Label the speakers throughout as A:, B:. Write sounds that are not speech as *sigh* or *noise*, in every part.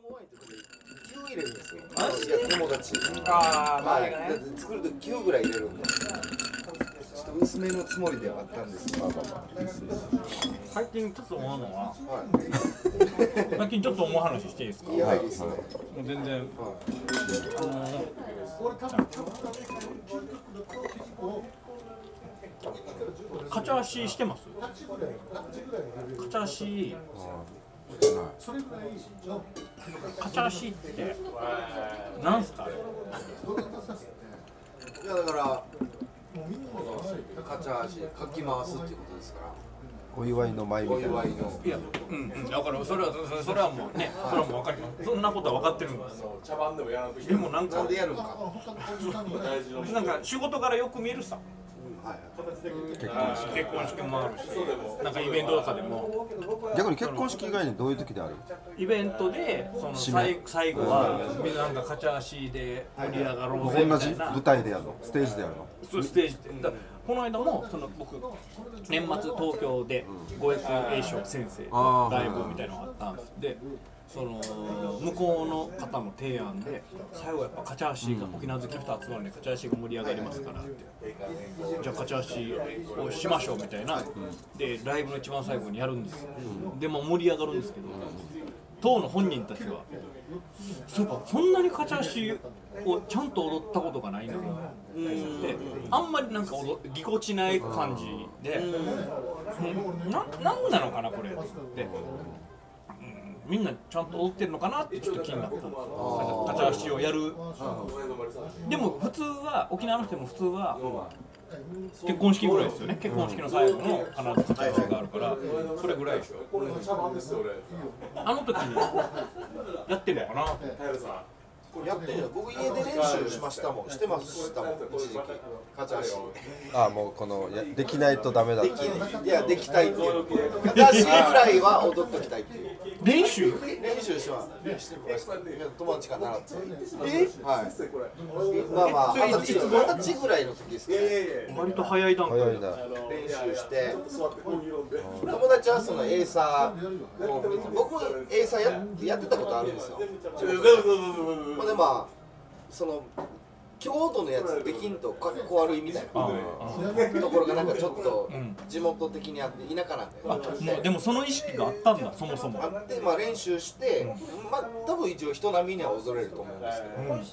A: ホワイトで9入れるんですよ。
B: マジで
A: いや友達。
B: ああ、
A: は
B: 周
A: い。
B: りが
A: だっ
B: ね。
A: て作ると9ぐらい入れるんで。ちょっと薄めのつもりではあったんですけど。まあま
C: 最近ちょっと思うのは
A: あまあは
C: 最近ちょっと思う話していいですか
A: い。いやいいですね。
C: もう全然あのカチャ足してますカチャ足カチャ足ってなんすかあれ
A: いやだから。カチャーシかき回すっていうことですか
D: お祝いの舞
A: ら。
D: み
A: お
D: たいな
A: 祝いの。
C: いや、うん、うん、だからそれはそれそれはもうね、それはもう分かります。そんなことは分かってるんですよ。茶番でもやらなく
A: なん
C: で
A: でやるんか。は
C: もなんか、なんか仕事からよく見るさ。
A: い。
C: 結婚式もあるし、なんかイベントとかでも、
D: 逆に結婚式以外にどういう時である
C: イベントでその最最後はみんななんか勝ち足で盛り上がろうぜみ
D: 同
C: た
D: じ
C: いな
D: 舞。台でやるのステージでやるの
C: そうステージで。だこの間もその僕年末東京で五役栄翔先生のライブみたいなのがあったんです。で。その向こうの方の提案で最後やっぱカチャーシーが沖縄好きの人集まるんでカチャーシーが盛り上がりますからってじゃあカチャーシーをしましょうみたいなでライブの一番最後にやるんですよでも盛り上がるんですけど当の本人たちはそういえばそんなにカチャーシーをちゃんと踊ったことがないなであんまりなんか踊ぎこちない感じでうんななんなのかなこれって。みんなちゃんと踊ってるのかなってちょっと気になったんですよ立ち足をやるでも普通は沖縄の人も普通は結婚式ぐらいですよね結婚式の最後の必ず立ち足があるからそれぐらいでしょあの時にやってるのかな
A: やってるよ。僕家で練習しましたもん。してましたもん。一時期。カチャーシー。
D: ああもうこのいやできないとダメだっ
A: で
D: て
A: きないいやできたいっていう私ぐらいは踊っときたいっていう
C: 練習
A: 練習しはしてました友達から習ってえはいまあまあ二十歳二十歳ぐらいの時ですけど
C: 割と早い段階
D: 早いな
A: 練習して友達はそのエーサーを僕もエーサーややってたことあるんですよほんでまあその郷土のやつできんとかっこ悪いみたいなところがなんかちょっと
C: うん
A: 地元的にあって田舎なんで
C: もうでもその意識があったんだそもそも
A: あって、まあ、練習して、まあ、多分一応人並みには踊れると思うんですけど、はい、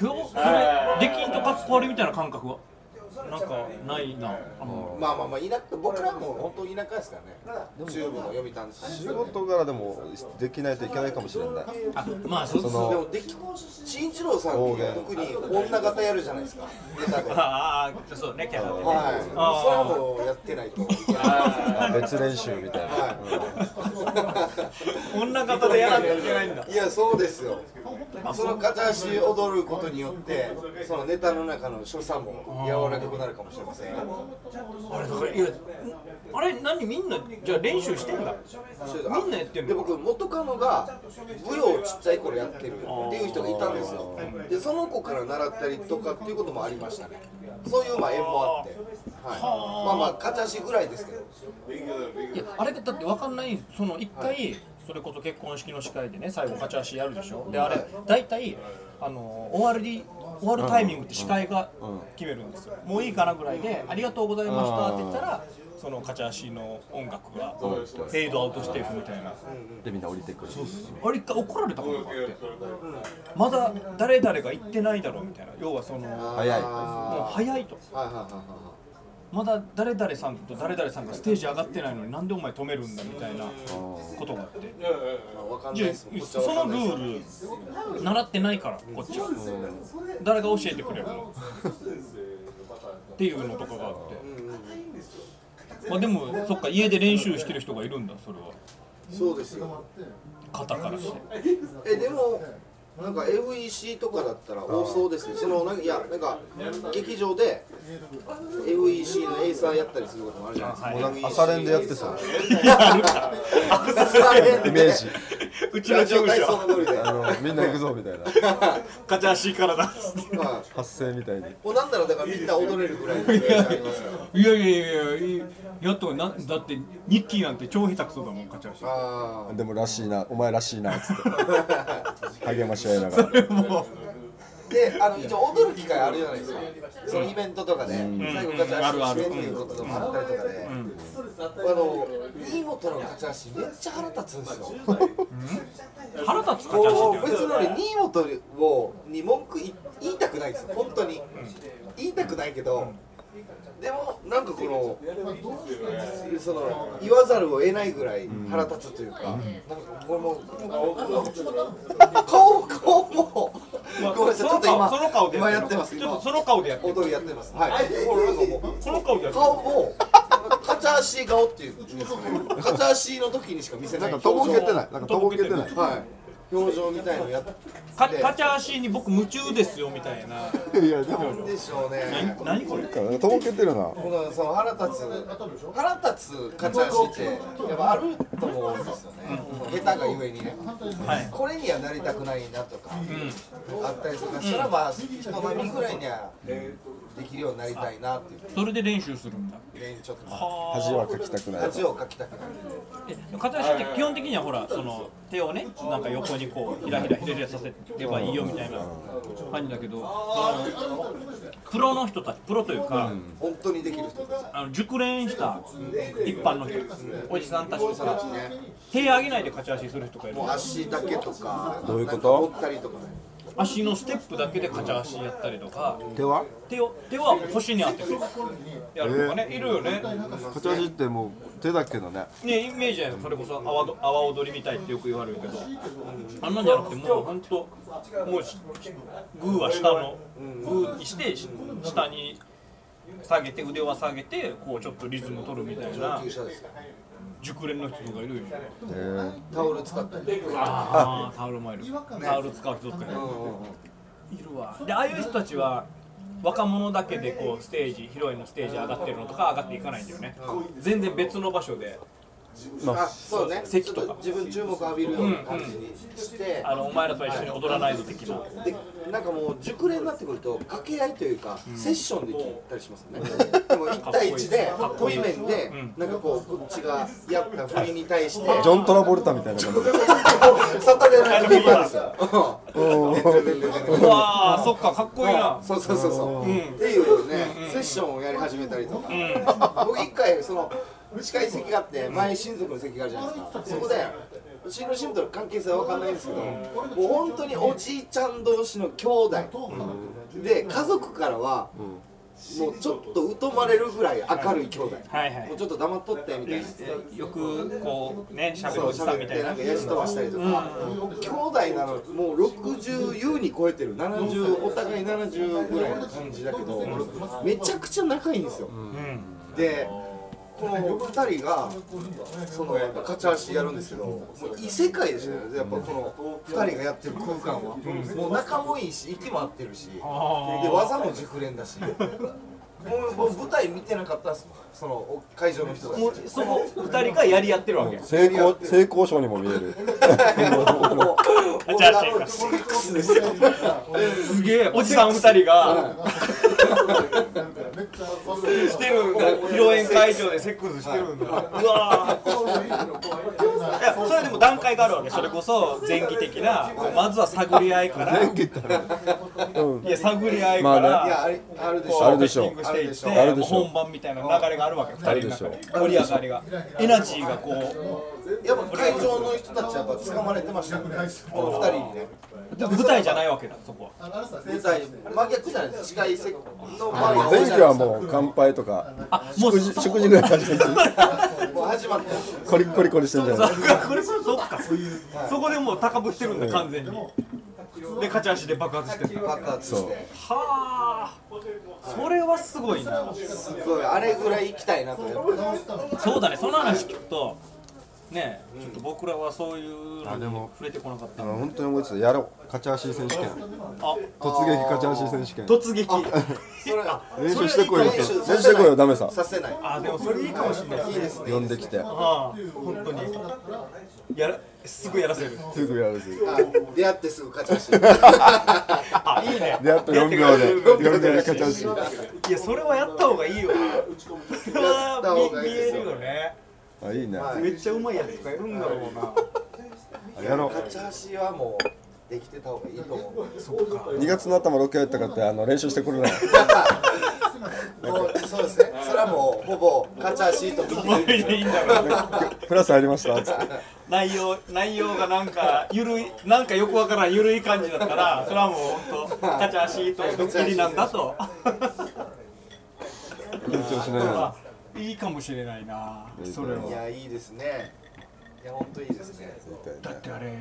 C: 今日それできんとかっこ悪いみたいな感覚はなんかないなあんま
A: まあまあまあ田舎僕らも本当田舎ですからね中部の読谷ですし
D: 仕事柄でもできないといけないかもしれない
C: あまあそう
D: そ
C: そう
A: で
D: の
A: もでき新一郎さんって特に女型やるじゃないですかネタで。はい
C: ああそうねキャラでね、あ
A: それはもうやってないといけない
D: あ別練習みたいな、
C: 女方でやらなきゃいけないんだ
A: いやそうですよその片足踊ることによってそのネタの中の所作も柔らかくなるかもしれませんよ
C: あれだからいやあれ何みんなじゃあ練習してんだみんなやってん
A: で
C: の
A: 僕元カノが舞踊をちっちゃい頃やってるっていう人がいたんですよでその子から習ったりとかっていうこともありましたねそういうまあ縁もあって、はい、まあまあ片足ぐらいですけど
C: いやあれだって分かんないその一回、それこそ結婚式の司会でね最後勝ち足やるでしょであれ大体あの終わり終わるタイミングって司会が決めるんですよ、もういいかなぐらいで「ありがとうございました」って言ったらその勝ち足の音楽がフェードアウトしていくみたいな
D: でみんな降りてくる
C: あれ一回怒られたことがあってまだ誰々が言ってないだろうみたいな要はそのも
D: 早い
C: う
A: あ
C: 早いと
A: ーはいはいはいは
C: まだ誰々さんと誰々さんがステージ上がってないのになんでお前止めるんだみたいなことがあって
A: いまあわかんない
C: じゃ
A: ですこっちは
C: そ
A: わか
C: の
A: ん
C: ル
A: ないです
C: ール習ってないからこっちは誰が教えてくれるのっていうのとかがあってまあでもそっか家で練習してる人がいるんだそれは
A: そうですよ
C: 肩からして
A: えでもなんか FEC とかだったら多そうですねそのなんかいやなんか劇場で FEC のエイサーやったりすることもあるじゃないですか
C: はい
D: もうなんか朝練でやってそう
A: 朝練で
D: イメージ
C: うちの事務
A: 体
C: 所
A: 操のノリで。
D: あ
A: ま
D: のみんな行くぞみたいな
C: 勝ち足からだっつって
A: あ、
D: 発声みたいに
A: もうなんならだからみんな踊れるぐらいのイメージありますから。
C: *laughs* いやいやいやいややっとなだってニッキーなんて超下手くそだもん勝ち足
A: あ
D: でもらしいなお前らしいなっつ *laughs* って励まし合いながら
C: も
A: あ。で、あの一応踊る機会あるじゃないですか。そのイベントとかで、最後ガチャ足してっていうこともあったりとかで、あの新本のガチャ足めっちゃ腹立つんですよ。
C: う腹立つ勝ち足っ
A: こ
C: て
A: う別のね新本をに文句い言いたくないですよ本当に、言いたくないけど、でもなんかこのその言わざるを得ないぐらい腹立つというか、なんかこれも顔顔もごめんなさいちょっと今
C: その顔で
A: 今やってます
C: ちょっ
A: 今
C: とその顔でやってる
A: 踊りやってますはいもうなんかもう
C: この顔でやってる
A: 顔もカチャーシー顔っていうんですかねカチャーシーの時にしか見せない
B: なんかとぼけてない。なんかとぼけてない。
A: はい表情みたいのやっ
C: か勝ち足に僕夢中ですよみたいない
B: やでも
A: でしょうね
C: 何。何これ
B: なんかとぼけてるな。
A: このその腹立つ腹立つ価値足ってやっぱあると思うんですよね。下手がゆえにね。
C: はい
A: これにはなりたくないなとかあったりとかしたらまあ人並みぐらいにはできるようになりたいなっていう
C: それで練習するんだ
A: ねちょっと
D: 恥はかきたくない
A: 恥をかきたくない。
C: え片足って基本的にはほらその手をねなんか横にこうひらひらひらひらさせればいいよみたいな感じだけどそのプロの人たちプロというか、
A: 本当にできる人たち。
C: あの熟練した一般の人、おじさんたちと
A: たち
C: か
A: ね、
C: 手上げないで勝ち足する人がいる
A: もう足だけとか、
D: どういうこと
A: なんか持ったりとかね。
C: 足のステップだけで勝ち足やったりとか
B: 手は？
C: 手を手は腰に当ててやるとかね、いるよね
B: カチャジってもう手だけどね。
C: ねイメージじゃないですかそれこそ阿波阿波踊りみたいってよく言われるけどあんなんじゃなくてもう本当もうしグーは下のグーにしてし下に下げて腕は下げてこうちょっとリズム取るみたいな
A: 旧車ですよ。
C: 熟練の人がいるよ
D: えー
A: タオル使ったり。
C: ああタオルもいるタオル使う人とかね
A: うんうんうん
C: いるわでああいう人たちは若者だけでこうステージヒロインのステージ上がってるのとか上がっていかないんだよね全然別の場所で
A: あ、そうね。
C: 席とか
A: ちょっ自分注目浴びるような感じにして。
C: あのお前らとは一緒に踊らないぞ的な
A: でなんかもう熟練になってくると掛け合いというか、セッションで聞いたりしますよね、でも1対1で濃い面で、なんかこうこっちがやった振りに対して
D: ジ
A: *laughs*
D: ョン・トラボルタみたいな感じ
A: サタデーナイトビーバーです *laughs* よ
C: うわーそっかかっこいいな
A: そうそうそうそう、っていうね、セッションをやり始めたりとか、僕一回その近い席があって前親族の席があるじゃないですかそこでうちの親族の関係性は分かんないんですけど、もう本当におじいちゃん同士の兄弟、で家族からは、もうちょっと疎まれるぐらい明るい兄弟、
C: はいはい
A: もうちょっと黙っとってみたいな。
C: よくこうねしゃべ
A: そ
C: る
A: う
C: おじさんみ
A: 喋った
C: い
A: て
C: な
A: なんかやじ飛ばしたりとか、兄弟なのもう60優に超えてる70お互い70ぐらいの感じだけど、めちゃくちゃ仲いいんですよ、でこの2人がそのやっぱカチャーシーやるんですけどもう異世界でしたよねやっぱこの2人がやってる空間は、もう仲もいいし息も合ってるしで技も熟練だしもうもう舞台見てなかったっすもんその会場の人たち
C: もうその二人がやり合ってるわけ
D: 成功成功賞にも見える
A: もう、
C: じゃあそうか
A: セックスですよ。
C: すげえおじさん二人がしてるんだ披露宴会場でセックスしてるんだうわーいやそれでも段階があるわけそれこそ前期的なまずは探り合いから
B: 電気ってある。
C: いや探り合いか
D: ま
A: いや、
C: ら
A: あれ、あるでし
C: こ
A: ょ
C: う
D: あるでしょう
C: セッティングしていって
D: あるでしょう
C: 本番みたいな流れがあるわけ二人の中で
D: あるで
C: 盛り上がりがエナジーがこ
A: やっぱ会場の人たちはやっぱ掴まれてましたよね。この二人にね。
C: う舞台じゃないわけだそこは
A: 舞台、真逆じゃないですか。近い席の前が
D: 前期はもう乾杯とか
C: あもう
D: 食
C: そ
D: 事食事ぐらい始めて
A: う、もう始まってますよ
D: コリッコリコリしてんじゃない
C: これそっかそこでもう高ぶってるんだ完全にで勝ち足で爆発してるは
A: 爆発して。
C: あそれはすごい
A: *laughs*
C: な
A: すごい、あれぐらい行きたいなと思って。
C: そうだねその話聞くとねえちょっと僕らはそういうの
B: あ
C: に
B: でも
C: 触れてこなかった
B: あ
C: んで
B: の本当に思いついたやろう勝ち足選手権
C: あ
B: 突撃勝ち足選手権
C: 突撃
A: それは
B: 練習してこいよ
A: それはい
B: 練
A: いかも
B: 習してこいよダメさ
A: させない。
C: あでもそれいいかもしれない
A: いいですね。
B: 呼んできて
C: ああ本当にやらすぐやらせる
B: すぐやるし
A: あ出会ってすぐ勝ちま *laughs* した。
C: あいいね
B: であと4秒で
C: やってく
B: 4
C: れる
B: 秒で勝ち足
C: いやそれはやった方がいいよそれ
A: やった方
C: は
A: が
C: 見
A: いい
C: 見
A: で
C: え
A: すよ
C: るよね
B: あいいね
A: はい
C: めっちゃうまいやつがいるんだろうな
B: やろ
A: 勝ち橋はもうできてた方がいいと思う。
B: う2月の頭ロケやったかってあの練習してくれ *laughs* ない
A: もうそうですね。それはもうほぼ勝ち橋と見ていいです
C: いいんだろう
B: プラスありましたつって
C: *laughs* 内容内容がなんかゆるいなんかよくわからんゆるい感じだったらそれはもう本当カチャシーとドッキリなんだと
B: 緊張しないよ
C: あいいかもしれないなそれ
A: い
C: は
A: やいいですね。いや本当いいですね。
C: だってあれ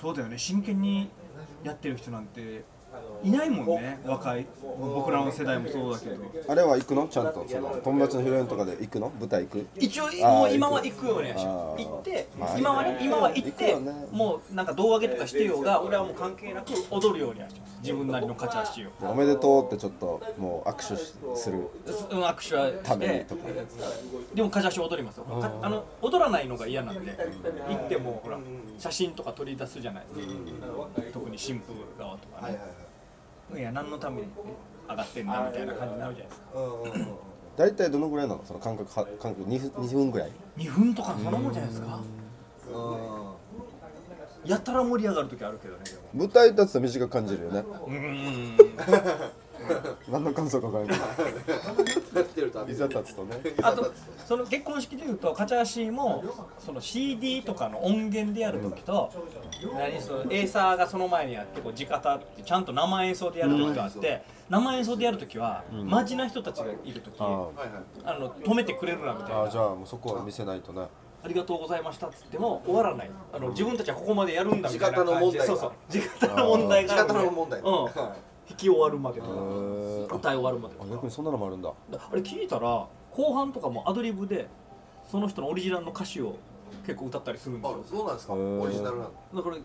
C: そうだよね真剣にやってる人なんていないもんね若い僕らの世代もそうだけど
B: あれは行くのちゃんとその友達の披露宴とかで行くの舞台行く
C: 一応
B: あー
C: もう今は行くよね
B: あー
C: 行って
B: まあ
C: 今はね今は行っ
B: 行く
C: て
B: よね
C: もうなんか胴上げとかしてようが俺はもう関係なく踊るようにはしてます自分なりのカチャシーを
B: おめでとうってちょっともう握手しする
C: うん、握手は
B: た
C: し
B: めに
C: て
B: とか
C: でもカジャシ踊りますよかあの踊らないのが嫌なんで行ってもほら写真とか取り出すじゃないですか特に新婦側とか
A: はいはい
C: ね
A: はい。
C: いや何のために上がってんなみたいな感じになるじゃないですか
A: うんうんうんうん。
B: 大体どのぐらいなのその間隔は間隔 2, 2分ぐらい
C: 2分とかそんなもんじゃないですか
A: あ
C: やたら盛り上がる時あるけどねでも
B: 舞台立つと短く感じるよね
C: うーん
B: 何の感想か分からない
A: ーやってるとあ
B: けどいざ立つとね
C: あとその結婚式でいうとカチャーシーもその CD とかの音源でやるときと、何そのエーサーがその前にやってこう直歌ってちゃんと生演奏でやるときがあって生演奏でやるときは、マジな人たちがいるときあ
B: あ
A: はいはい。
C: の止めてくれるなみたい
B: あ
C: な
B: あじゃあもうそこは見せないとね
C: ありがとうございましたっつっても終わらないあの自分たちはここまでやるんだみたいな
A: 直
C: 感
A: 歌の問題
C: じで
A: が
C: そうそう直歌の問題があるんで
A: 直歌の問題
C: うん、弾き終わるまでとか
B: ー
C: 歌い終わるまでと
B: あ
C: か
B: 逆にそんなのもあるんだ
C: あれ聞いたら後半とかもアドリブでその人のオリジナルの歌詞を結構歌ったりするんです
A: あ
C: よ
A: そうなんですか。
B: へー
A: オリジナルなの。
C: だから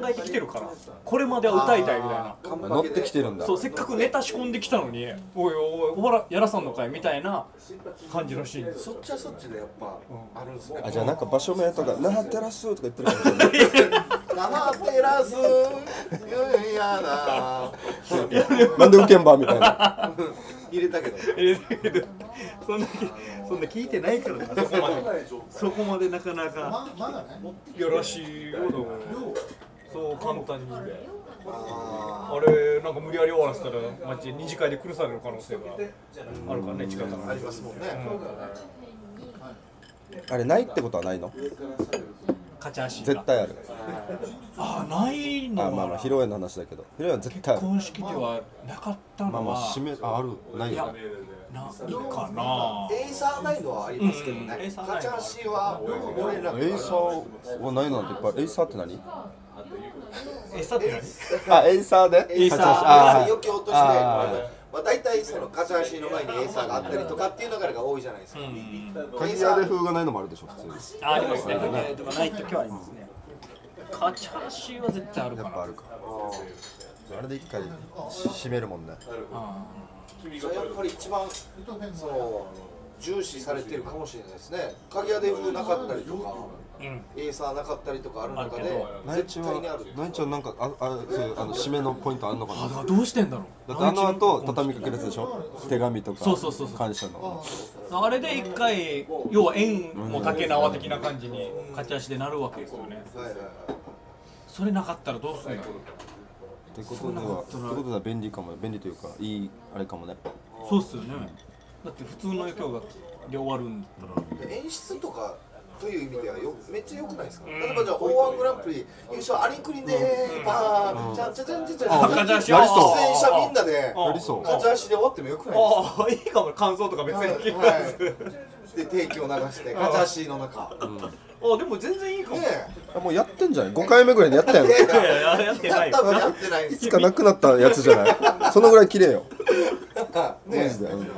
C: 考えてきてるからこれまでは歌いたいみたいな
A: あー。
B: 乗ってきてるんだ
C: そうせっかくネタ仕込んできたのにおいおいおわらやらさんのかいみたいな感じらしいんです
A: そっちはそっちでやっぱあるんですね。
B: あじゃあなんか場所名と *laughs* か「那覇テラス」とか言ってるかもしれない
A: 生テラス嫌な
B: なんで受けんばみたいな。
A: 入れたけど
C: えーそんなそんな聞いてないからなそこまでそこまでなかなかよろしいよどうもそう簡単に
A: あ
C: あれなんか無理やり終わらせたらマジで二次会で苦される可能性があるからね近く
A: ーありますもんね、
B: あれないってことはないの？
C: カチャシ
B: 絶対ある。
C: あないの
B: あ
C: は
B: まあまあ披露宴の話だけど、披露宴は絶対あ
C: 結
B: る。
C: 婚式ではなかったの
B: ま
C: は、
B: あまあ締めああるないよね。
C: ないかな
A: エイサーないのはありますけどね、
C: うんエイサーない
A: カチャシは俺ら
B: エイサーはないなんていっぱい。エイサーって何？
C: えさて
B: あエイサーで？
A: エイサー
C: カチャシ
B: あ
A: 余興として
B: あ
A: まあ、大体そのカチャシの前にエイサーがあったりとかっていう流れが多いじゃないですか、
C: うん
B: カギアで風がないのもあるでしょ普通に。
C: あありますねえーでもない時はありますねカチャーシーは絶対あるか
B: やっ
C: な
B: ぱあるか。あれで一回し締めるもんね。
C: あ
A: それやっぱり一番その重視されてるかもしれないですね鍵屋で風なかったりとか
C: ーうん
A: エイサーなかったりとかある中で
B: ナイチ
A: 絶
B: ュ
A: 対にあ
B: は
A: る
B: ナイチュはなんかああそういうあの締めのポイントあんのか
C: あだ
B: な
C: から。どうしてんだろう
B: だってあの後畳みかけるやつでしょ？手紙とか
C: そうそうそうそう
B: 感謝の。
C: あれで一回要は縁も竹縄的な感じにカチャーシーでなるわけですよね
A: はいはいはい
C: それなかったらどうすんの
B: ってことではってことでは便利かもね便利というかいいあれかもね。
C: そうっすよねだって普通の余興がで終わるんだったら
A: 演出とかという意味ではよめっちゃ良くないですか、例えばじゃあ O1 グランプリ優勝アリクリでーバーじゃんじゃじゃんじゃじゃ
C: あ
A: んじゃんじゃん
C: 勝ち足
B: なりそう
A: 出演者みんなで
C: あ
B: やりそう。
A: 勝ち足で終わっても良くないですか
C: ああいいかも感想とか別に聞き
A: は
C: ます、
A: い、で定期を流して勝ち足の中
C: *laughs* あでも全然いいかも、
A: ね
B: あもうやってんじゃない ?5 回目ぐらいでやったやん。い
A: え
C: いやいややってない
A: 多
C: よ
A: 分やってないです
B: つかなくなったやつじゃないそのぐらい綺麗よ。
A: か
B: マ
A: ね
B: ジで。うん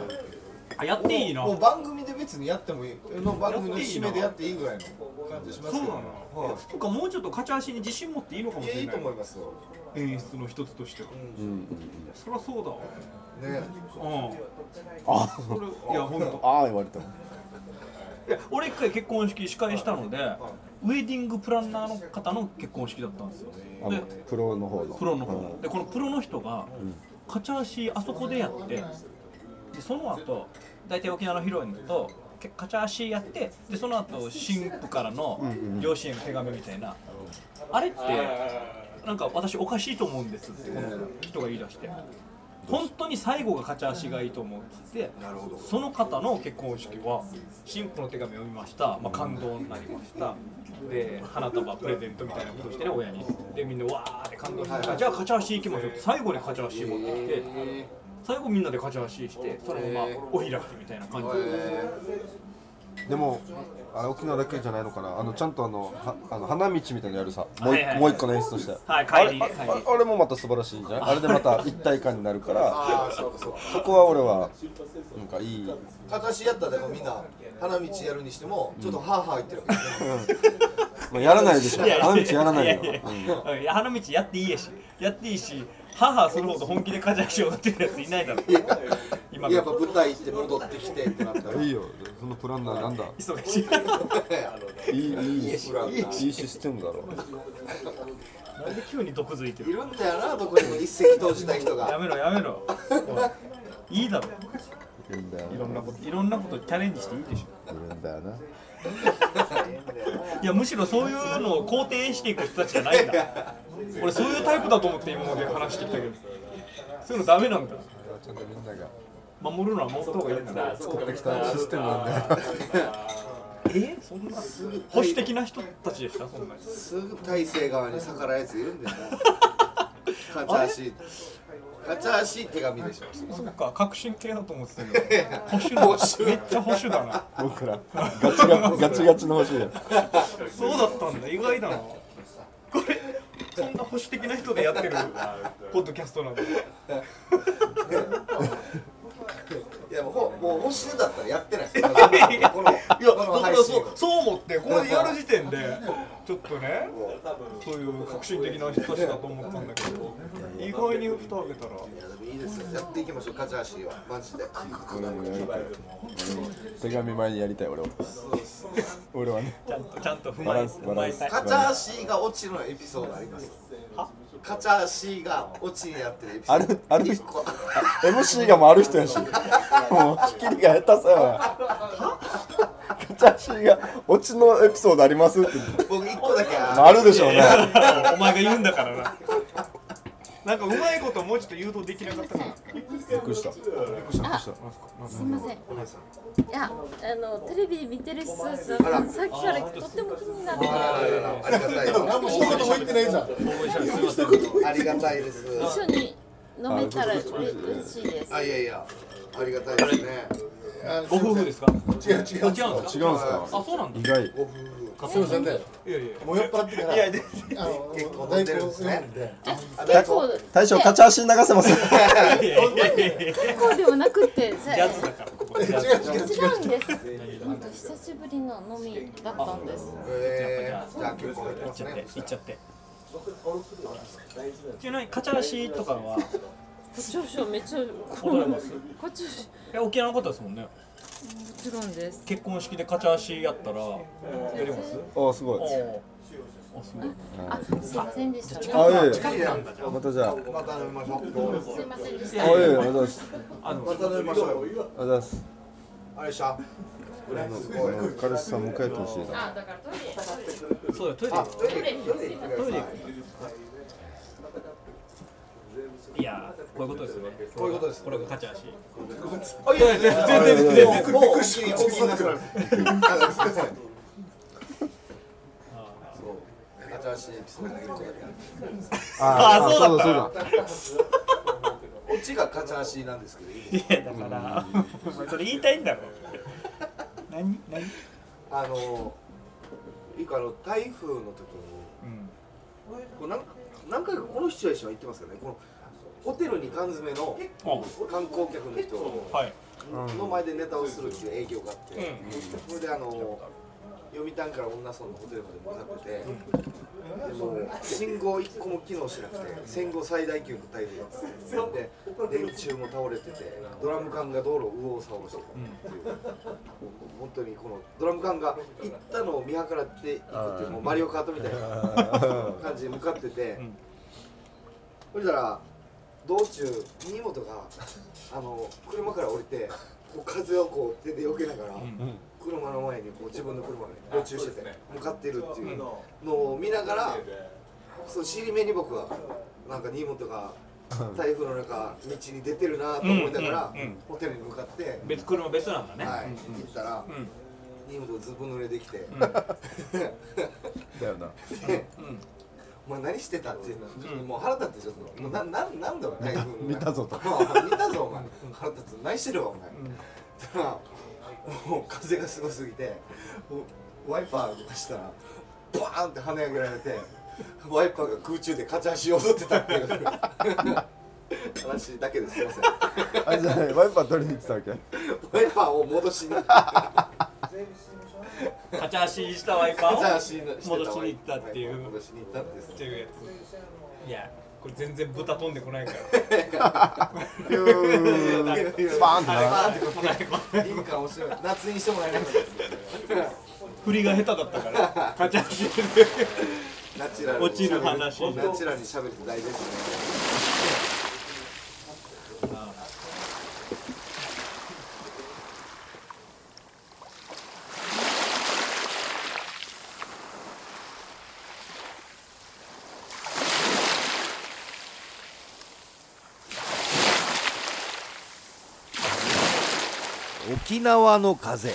C: あやっていいな
A: もう番組で別にやってもいいの番組の締めでやっていいぐらいの感感じします
C: そう
A: け
C: な
A: ど
C: の、とかもうちょっと勝ち足に自信持っていいのかもし
A: いやい
C: れ
A: い
C: な
A: と
C: い
A: 思いますよ、
C: 演出の一つとしては、
A: うん
B: うん
C: そりゃそうだわ
A: ね、
C: うん
B: あ
C: それいや本当
B: ああ言われたもん
C: いや俺一回結婚式司会したのでウェディングプランナーの方の結婚式だったんですよ
B: あのプロの方の
C: プロの方でこのプロの人が勝ち足あそこでやってでその後大体沖縄のヒロインとけ勝ち足やってでその後新婦からの両親への手紙みたいなあれってなんか私おかしいと思うんですってこの人が言い出して本当に最後が勝ち足がいいと思うって言ってその方の結婚式は新婦の手紙を読みました、まあ、感動になりましたで花束プレゼントみたいなことしてね親にでみんなわーって感動して、じゃあ勝ち足行きましょうって最後に勝ち足持ってきて最後みんなで勝ち足してそのままお開きみたいな感じ
A: え
B: でもあれ沖縄だけじゃないのかなあのちゃんとあのはあの花道みたいなのやるさもう,、
C: はいはいはい
B: もう一個の演出として
C: はい
B: あ
C: 帰
B: れ
C: り
B: あ
C: 帰り
B: ああれもまた素晴らしいんじゃないあれでまた一体感になるか
A: ー、
C: *laughs*
B: ら
A: ああそうかそうか
B: そこは俺はなんかいい
A: 形やったらでもみんな花道やるにしてもちょっとハーハー言ってるわけですね
B: まあやらないでしょ
C: いやいや
B: 花道やらないよ
C: いやいや
B: うん
C: いや花道やっていいやしやっていいし母するほど本気で勝ち足を打ってるやついないだろ今
A: いややっぱ舞台行って戻ってきてってなったら
B: いいよそのプランナーなんだ
C: 忙しい
B: いいいいいい
A: プランナー
B: システムだろ
C: なんで急に毒づいて
A: い
C: る
A: るんだよなどこにも一石投じたい人
C: や
A: が
C: めろやめろおいいいだろ
B: いるんだよ
C: いろんなこといろんなことチャレンジしていいでしょ
B: いるんだよない
C: やむしろそういうのを肯定していく人たちじゃないんだ俺そういうタイプだと思って今まで話してきたけどそういうのダメなんだ
B: ちゃんとみんなが
C: 守るのは守った方がいいんだな
B: 作ってきたシステムなんだよ
C: えそんな保守的な人たちでしたそんなに
A: すぐ体制側に逆らうやついるんだよな勝ち足勝ち足手紙でしょ
C: そっか革新系だと思ってた *laughs* けど保守だめっちゃ保守だな
B: 僕らガチガチガチガチの欲しいよ
C: そうだったんだ、意外だな。これ、そんな保守的な人でやってるポッドキャストなんだ。
A: いやもうほもう星だったらやってないです
C: *laughs* いや
A: この
C: いや、
A: こ
C: だ
A: の
C: から
A: 配信
C: そ
A: を
C: うそう思って、これでやる時点で、ちょっとね、そういう革新的な人たちだと思ったんだけど、意外に蓋を開けたら、
A: いやでもいいですよやっていきましょう勝ち足はマジで
B: 俺もやりたい手紙前にやりたい俺は俺はね
C: ちゃんとちゃんと踏
B: バ
C: ま
B: ラ
C: え
B: ンスバランス
C: 踏まえ
A: 勝ち足が落ちのエピソードあります勝ち足が落ちにやってるエピソ
B: あ
A: ード
B: るある
A: 一
B: 人
A: 個
B: MC がもうある人やしもう聞きりが下手さよガチャシがオチのエピソードありますって
A: 僕一個だけ
B: まああるでしょ
C: い
B: うね
C: やいやお前が言うんだからな。なんかうまいこともうちょっと誘導できなかったから。
B: びっくりした
E: すみません。いや、あのテレビ見てる人ささっきからとっても気になって
A: ありがたいです
D: 何も一言も言ってないじゃん
A: ありがたいです
E: 一緒に飲めたらうれ嬉しいです。
A: あいやいやありがたいですね
C: ご夫婦ですか
D: 違う違う違う
C: 違うんです
B: 違
C: か
B: うんすか
C: あ、そうなんだ
B: 意。外
A: ご夫婦
D: 勝村さんだよ
C: いやいや。
D: もう酔っ払ってから
C: いやで
D: あの
A: 結構飲んでるんですね
E: 結構
B: 大将ガチャシ流せます
E: 結構ではなくて、さ
C: ジャズだからここジャズ
D: 違う違う違う
E: 違うんです。本当久しぶりの飲みだったんです。
A: えー、じゃあ結構入って
C: 行
A: ま
C: っち
A: す
C: ゃって
A: ね
C: 行っちゃってちなみにカチャラシとかは
E: 少々めっちゃ
C: 踊れます
E: こっちも
C: え沖縄の方ですもんね
E: ちろんです。
C: 結婚式でカチャラシやったらやります
B: あすごい
C: おーあすごい
E: あ、すいませんでした。
B: あいえい
C: 近くなんだじゃ
B: えまたじゃああい
A: また飲みましょう
E: すいませんでし
B: え
E: た。
B: いえありがとうございます
C: あの
A: また飲みましょうよ
B: ありがとうございます
A: あれでしたすごい
B: 彼氏さん迎えてほしいな
E: あ、だからトイレ。
C: そうだトイレ
A: あトイレトイレ行ってください
C: いやーこういうことですよね
A: こういうことです
C: これがカチャラシ
A: あいやいや
C: 全然全然
A: もうもう一気に大きになってくるそう新しいエピソードが一個だけある
C: あーそうだ
B: そうだそうだ
A: オチがカチャーシーなんですけどいいですか
C: いやだからお前それ言いたいんだろ何何
A: あのいいかあの台風の時に
C: うん
A: こうなん何回かこのシチュエーションは言ってますけどねこのホテルに缶詰の
C: お
A: 観光客の人
C: はい
A: の前でネタをするっていう営業があって、それであの読谷から女村のホテルまで向かってて、でも信号1個も機能しなくて戦後最大級の台風で電柱も倒れててドラム缶が道路を右往左往してたっていう、本当にこのドラム缶が行ったのを見計らっていくっていうもうマリオカートみたいな感じで向かってて、
C: ん
A: そしたら道中新本
C: *laughs*
A: があの車から降りてこう風をこう手で避けながら。車の前にこう自分の車に路中してて向かってるっていうのを見ながらその尻目に僕はなんか荷物が台風の中道に出てるなと思いながら
C: うんうんうん
A: ホテルに向かって、
C: 別車別なんだね、
A: はい、
C: う
A: 行
C: ん
A: ったら
C: うん
A: 荷物がずぶ濡れできて *laughs*
D: だよな
A: で
C: うん
A: お前何してたっていうの、もう腹立ってちょっともうなななんだろう台風
D: 見たぞと
A: もう見たぞお前腹立つ何してるわお前、たらもう風がすごすぎてもうワイパーをしたらバーンって跳ね上げられてワイパーが空中でカチャシ踊ってたっていう話だけですいません
D: あれじゃないワイパー取りに行ってた
B: *laughs*
D: わけ
A: ワイパーを戻しにカ
C: カチャ足したワイパ
A: チ
C: ー
A: ャ
C: を
A: シしてた
C: 戻しに行ったっていう
A: ワイパー戻しに行ったんです
C: っていうやついやこれ全然豚飛んでこないから
D: ピューンスパーンってな
C: あれ飛んでこない
A: いいかもしれない夏にしてもらえなかったです
C: 振りが下手だったからカチャ足
A: ナチュラルに
C: 落ちる話
A: ナチュラルに喋るって大事ですね
F: 沖縄の風